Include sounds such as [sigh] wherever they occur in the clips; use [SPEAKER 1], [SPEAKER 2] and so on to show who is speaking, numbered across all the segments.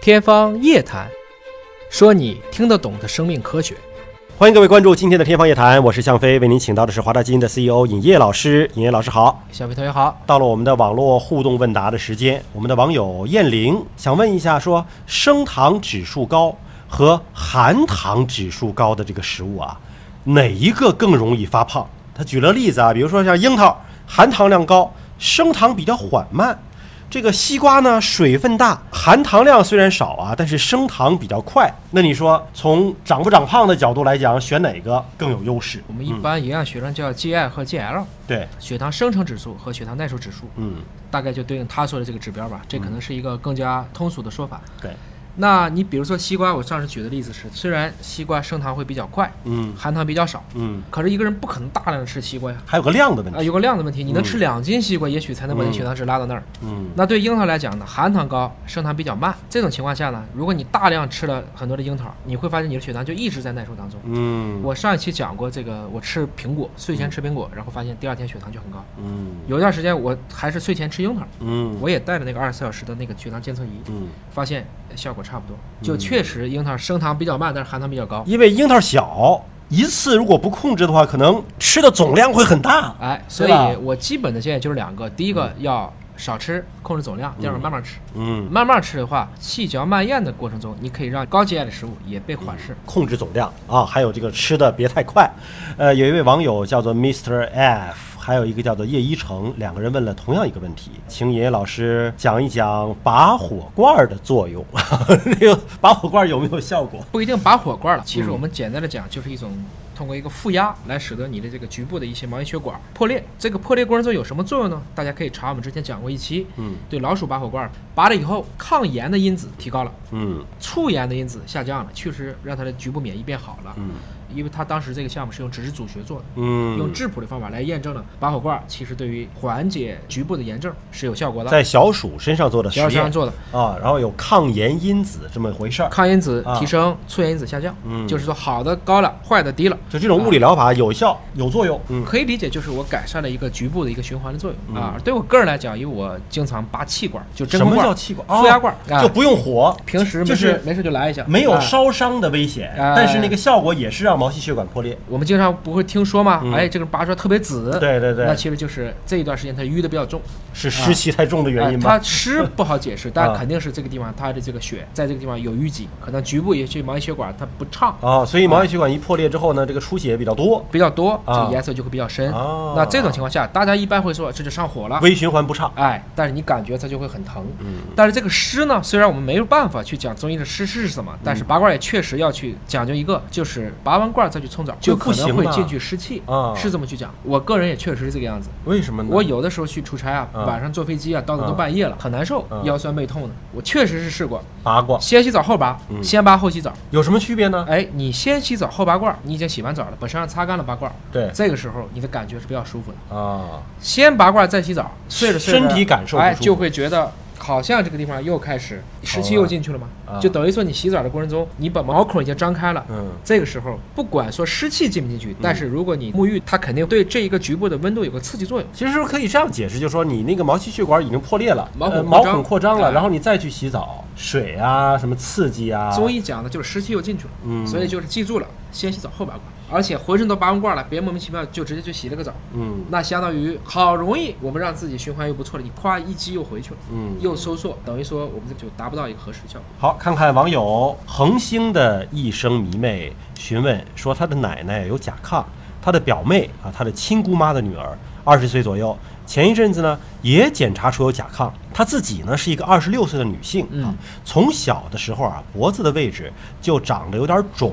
[SPEAKER 1] 天方夜谭，说你听得懂的生命科学。
[SPEAKER 2] 欢迎各位关注今天的《天方夜谭》，我是向飞，为您请到的是华大基因的 CEO 尹烨老师。尹烨老师好，
[SPEAKER 1] 小飞同学好，
[SPEAKER 2] 到了我们的网络互动问答的时间，我们的网友燕玲想问一下说，升糖指数高和含糖指数高的这个食物啊，哪一个更容易发胖？他举了例子啊，比如说像樱桃，含糖量高，升糖比较缓慢。这个西瓜呢，水分大，含糖量虽然少啊，但是升糖比较快。那你说，从长不长胖的角度来讲，选哪个更有优势？
[SPEAKER 1] 我们一般营养学上叫 GI 和 GL，
[SPEAKER 2] 对，
[SPEAKER 1] 血糖生成指数和血糖耐受指数，
[SPEAKER 2] 嗯，
[SPEAKER 1] 大概就对应他说的这个指标吧。这可能是一个更加通俗的说法。
[SPEAKER 2] 对，
[SPEAKER 1] 那你比如说西瓜，我上次举的例子是，虽然西瓜升糖会比较快，
[SPEAKER 2] 嗯
[SPEAKER 1] 含糖比较少，
[SPEAKER 2] 嗯，
[SPEAKER 1] 可是一个人不可能大量的吃西瓜呀。
[SPEAKER 2] 还有个量的问
[SPEAKER 1] 啊、
[SPEAKER 2] 题。
[SPEAKER 1] 有个量的问题，你能吃两斤西瓜，也许才能把你血糖值拉到那儿。
[SPEAKER 2] 嗯
[SPEAKER 1] 那对樱桃来讲呢，含糖高，升糖比较慢。这种情况下呢，如果你大量吃了很多的樱桃，你会发现你的血糖就一直在耐受当中。
[SPEAKER 2] 嗯
[SPEAKER 1] 我上一期讲过这个，我吃苹果，睡前吃苹果，然后发现第二天血糖就很高。
[SPEAKER 2] 嗯
[SPEAKER 1] 有一段时间我还是睡前吃樱桃，
[SPEAKER 2] 嗯
[SPEAKER 1] 我也带着那个二十四小时的那个血糖监测仪，
[SPEAKER 2] 嗯，
[SPEAKER 1] 发现效果差不多。就确实樱桃升糖比较慢，但是含糖比较高。
[SPEAKER 2] 因为樱桃小，一次如果不控制的话，可能吃的总量会很大。
[SPEAKER 1] 哎，所以
[SPEAKER 2] 吧
[SPEAKER 1] 我基本的建议就是两个，第一个要少吃，控制总量；第二个慢慢吃。
[SPEAKER 2] 嗯，
[SPEAKER 1] 慢慢吃的话，细嚼慢咽的过程中，你可以让高 GI 的食物也被缓释。
[SPEAKER 2] 控制总量啊，还有这个吃的别太快。呃，有一位网友叫做 Mr. F，还有一个叫做叶一成，两个人问了同样一个问题，请爷老师讲一讲拔火罐儿的作用。这个拔火罐儿有没有效果？
[SPEAKER 1] 不一定拔火罐了，
[SPEAKER 2] 嗯
[SPEAKER 1] 其实我们简单的讲，就是一种通过一个负压来使得你的这个局部的一些毛细血管破裂。这个破裂过程中有什么作用呢？大家可以查我们之前讲过一期，
[SPEAKER 2] 嗯
[SPEAKER 1] 对老鼠拔火罐，拔了以后抗炎的因子提高了，
[SPEAKER 2] 嗯
[SPEAKER 1] 促炎的因子下降了，确实让它的局部免疫变好了。
[SPEAKER 2] 嗯
[SPEAKER 1] 因为他当时这个项目是用指质组学做的，
[SPEAKER 2] 嗯，
[SPEAKER 1] 用质谱的方法来验证了拔火罐其实对于缓解局部的炎症是有效果的。
[SPEAKER 2] 在小鼠身上做的实
[SPEAKER 1] 小鼠身上
[SPEAKER 2] 验
[SPEAKER 1] 做的，
[SPEAKER 2] 啊，然后有抗炎因子这么回事儿。
[SPEAKER 1] 抗因子
[SPEAKER 2] 啊
[SPEAKER 1] 提升，促炎因子下降，
[SPEAKER 2] 嗯
[SPEAKER 1] 就是说好的高了，坏的低了。
[SPEAKER 2] 就这种物理疗法有效、有作用。嗯
[SPEAKER 1] 可以理解，就是我改善了一个局部的一个循环的作用啊。对我个人来讲，因为我经常拔气管，就真
[SPEAKER 2] 什么
[SPEAKER 1] 空
[SPEAKER 2] 叫
[SPEAKER 1] 管、
[SPEAKER 2] 气管？
[SPEAKER 1] 负压罐
[SPEAKER 2] 哦
[SPEAKER 1] 啊
[SPEAKER 2] 就不用火，
[SPEAKER 1] 平时没
[SPEAKER 2] 就
[SPEAKER 1] 事
[SPEAKER 2] 是
[SPEAKER 1] 没事就来一下，
[SPEAKER 2] 没有
[SPEAKER 1] 啊
[SPEAKER 2] 烧伤的危险，
[SPEAKER 1] 哎
[SPEAKER 2] 但是那个效果也是让毛细血管破裂。
[SPEAKER 1] 我们经常不会听说吗？
[SPEAKER 2] 嗯
[SPEAKER 1] 哎，这个拔出来特别紫，
[SPEAKER 2] 对对对
[SPEAKER 1] 那其实就是这一段时间它淤的比较重，
[SPEAKER 2] 是湿气太重的原
[SPEAKER 1] 哎
[SPEAKER 2] 因
[SPEAKER 1] 它
[SPEAKER 2] 吗？ [laughs]
[SPEAKER 1] 湿不好解释，但
[SPEAKER 2] 啊
[SPEAKER 1] 肯定是这个地方它的这个血在这个地方有淤积，可能局部也许毛细血管它不畅，
[SPEAKER 2] 啊，所以毛细血管一破裂之后呢，这个出血比较多，
[SPEAKER 1] 比较多，这
[SPEAKER 2] 啊
[SPEAKER 1] 个颜色就会比较深。
[SPEAKER 2] 哦
[SPEAKER 1] 那这种情况下，大家一般会说这就上火了，
[SPEAKER 2] 微循环不畅。
[SPEAKER 1] 哎，但是你感觉它就会很疼。
[SPEAKER 2] 嗯
[SPEAKER 1] 但是这个湿呢，虽然我们没有办法去讲中医的湿是什么，
[SPEAKER 2] 嗯
[SPEAKER 1] 但是拔罐也确实要去讲究一个，就是拔完罐再去冲澡，就可能会进去湿气
[SPEAKER 2] 啊
[SPEAKER 1] 是这么去讲。我个人也确实是这个样子。
[SPEAKER 2] 为什么呢？
[SPEAKER 1] 我有的时候去出差啊，
[SPEAKER 2] 啊
[SPEAKER 1] 晚上坐飞机啊，到的都
[SPEAKER 2] 啊
[SPEAKER 1] 半夜了，很难受，
[SPEAKER 2] 啊
[SPEAKER 1] 腰酸背痛的。我确实是试过，
[SPEAKER 2] 拔过，
[SPEAKER 1] 先洗澡后拔，
[SPEAKER 2] 嗯
[SPEAKER 1] 先拔后洗澡。
[SPEAKER 2] 有什么区别呢？
[SPEAKER 1] 哎，你先洗澡后拔罐，你已经洗完澡了，把身上擦干了拔罐，
[SPEAKER 2] 对
[SPEAKER 1] 这个时候你的感觉是比较舒服的。
[SPEAKER 2] 啊，
[SPEAKER 1] 先拔罐再洗澡，睡着睡着，
[SPEAKER 2] 身体感受不
[SPEAKER 1] 哎，
[SPEAKER 2] 舒服
[SPEAKER 1] 就会觉得好像这个地方又开始湿气
[SPEAKER 2] 好了
[SPEAKER 1] 又进去了嘛，
[SPEAKER 2] 啊
[SPEAKER 1] 就等于说你洗澡的过程中，你把毛孔已经张开了。
[SPEAKER 2] 嗯
[SPEAKER 1] 这个时候，不管说湿气进不进去，但是如果你沐浴，它肯定对这一个局部的温度有个刺激作用。
[SPEAKER 2] 其实是不是可以这样解释，就是说你那个毛细血管已经破裂了，
[SPEAKER 1] 毛孔
[SPEAKER 2] 呃
[SPEAKER 1] 扩
[SPEAKER 2] 毛
[SPEAKER 1] 张
[SPEAKER 2] 孔扩张了，
[SPEAKER 1] 哎
[SPEAKER 2] 然后你再去洗澡，水啊，什么刺激啊，
[SPEAKER 1] 中医讲的就是湿气又进去了，
[SPEAKER 2] 嗯
[SPEAKER 1] 所以就是记住了，先洗澡后拔罐，而且浑身都拔完罐了，别莫名其妙就直接去洗了个澡，
[SPEAKER 2] 嗯
[SPEAKER 1] 那相当于好容易我们让自己循环又不错了，你夸一激又回去了，
[SPEAKER 2] 嗯。
[SPEAKER 1] 又收缩，等于说我们就达不到一个合适的效果。
[SPEAKER 2] 好，看看网友恒星的一生迷妹询问说，她的奶奶有甲亢，她的表妹啊，她的亲姑妈的女儿，二十岁左右，前一阵子呢也检查出有甲亢，她自己呢是一个二十六岁的女性啊
[SPEAKER 1] 嗯，
[SPEAKER 2] 从小的时候啊脖子的位置就长得有点肿，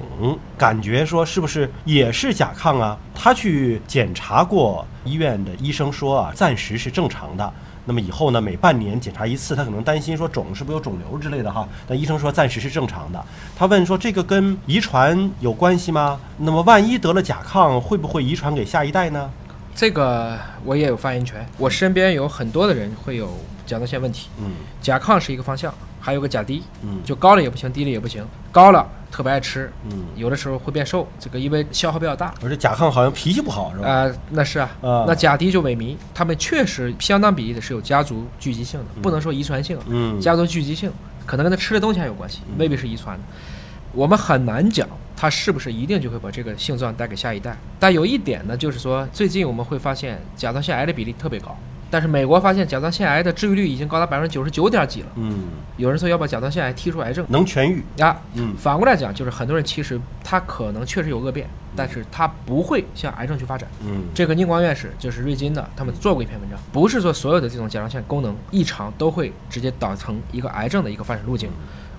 [SPEAKER 2] 感觉说是不是也是甲亢啊？她去检查过，医院的医生说啊，暂时是正常的。那么以后呢，每半年检查一次，他可能担心说肿是不是有肿瘤之类的哈。但医生说暂时是正常的。他问说这个跟遗传有关系吗？那么万一得了甲亢，会不会遗传给下一代呢？
[SPEAKER 1] 这个我也有发言权。我身边有很多的人会有甲状腺问题，
[SPEAKER 2] 嗯
[SPEAKER 1] 甲亢是一个方向，还有个甲低，
[SPEAKER 2] 嗯
[SPEAKER 1] 就高了也不行，低了也不行。高了特别爱吃，
[SPEAKER 2] 嗯，
[SPEAKER 1] 有的时候会变瘦，这个因为消耗比较大。
[SPEAKER 2] 而且甲亢好像脾气不好是吧？
[SPEAKER 1] 啊、那是啊，
[SPEAKER 2] 哦啊
[SPEAKER 1] 那甲低就萎靡，他们确实相当比例的是有家族聚集性的，不能说遗传性啊，
[SPEAKER 2] 嗯
[SPEAKER 1] 家族聚集性。可能跟他吃的东西还有关系，未必是遗传的。我们很难讲他是不是一定就会把这个性状带给下一代。但有一点呢，就是说最近我们会发现甲状腺癌的比例特别高，但是美国发现甲状腺癌的治愈率已经高达百分之九十九点几了。
[SPEAKER 2] 嗯，
[SPEAKER 1] 有人说要把甲状腺癌剔出癌症
[SPEAKER 2] 能痊愈，
[SPEAKER 1] 啊，
[SPEAKER 2] 嗯
[SPEAKER 1] 反过来讲，就是很多人其实他可能确实有恶变，但是他不会向癌症去发展。
[SPEAKER 2] 嗯，
[SPEAKER 1] 这个宁光院士就是瑞金的，他们做过一篇文章，不是说所有的这种甲状腺功能异常都会直接导成一个癌症的一个发展路径。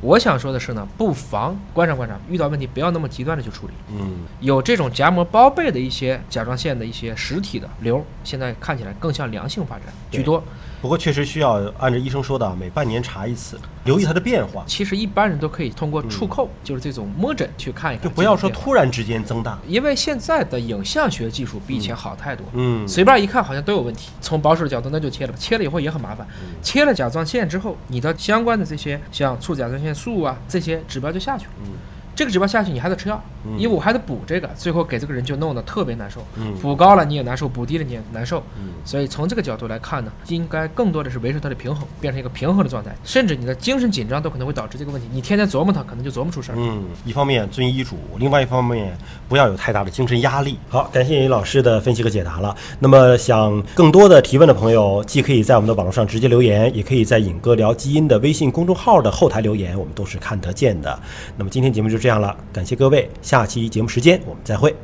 [SPEAKER 1] 我想说的是呢，不妨观察观察，遇到问题不要那么极端的去处理。
[SPEAKER 2] 嗯
[SPEAKER 1] 有这种夹膜包被的一些甲状腺的一些实体的瘤，现在看起来更像良性发展居多。
[SPEAKER 2] 不过确实需要按照医生说的，啊每半年查一次，留意它的变化，
[SPEAKER 1] 其实一般人都可以通过触控，就是这种摸诊去看一看。
[SPEAKER 2] 就不要说
[SPEAKER 1] 这种变化
[SPEAKER 2] 突然之间增大。
[SPEAKER 1] 因为现在的影像学技术比以前好太多了。
[SPEAKER 2] 嗯
[SPEAKER 1] 随便一看好像都有问题。从保守的角度，那就切了吧。切了以后也很麻烦。
[SPEAKER 2] 嗯
[SPEAKER 1] 切了甲状腺之后，你的相关的这些像促甲状腺素啊这些指标就下去了。
[SPEAKER 2] 嗯
[SPEAKER 1] 这个指标下去，你还得吃药，
[SPEAKER 2] 嗯
[SPEAKER 1] 因为我还得补这个，最后给这个人就弄得特别难受。
[SPEAKER 2] 嗯
[SPEAKER 1] 补高了你也难受，补低了你也难受。
[SPEAKER 2] 嗯
[SPEAKER 1] 所以从这个角度来看呢，应该更多的是维持它的平衡，变成一个平衡的状态。甚至你的精神紧张都可能会导致这个问题。你天天琢磨它，可能就琢磨出事儿。
[SPEAKER 2] 嗯，一方面遵医嘱，另外一方面不要有太大的精神压力。好，感谢尹老师的分析和解答了。那么想更多的提问的朋友，既可以在我们的网络上直接留言，也可以在“尹哥聊基因”的微信公众号的后台留言，我们都是看得见的。那么今天节目就这样了，感谢各位，下期节目时间我们再会。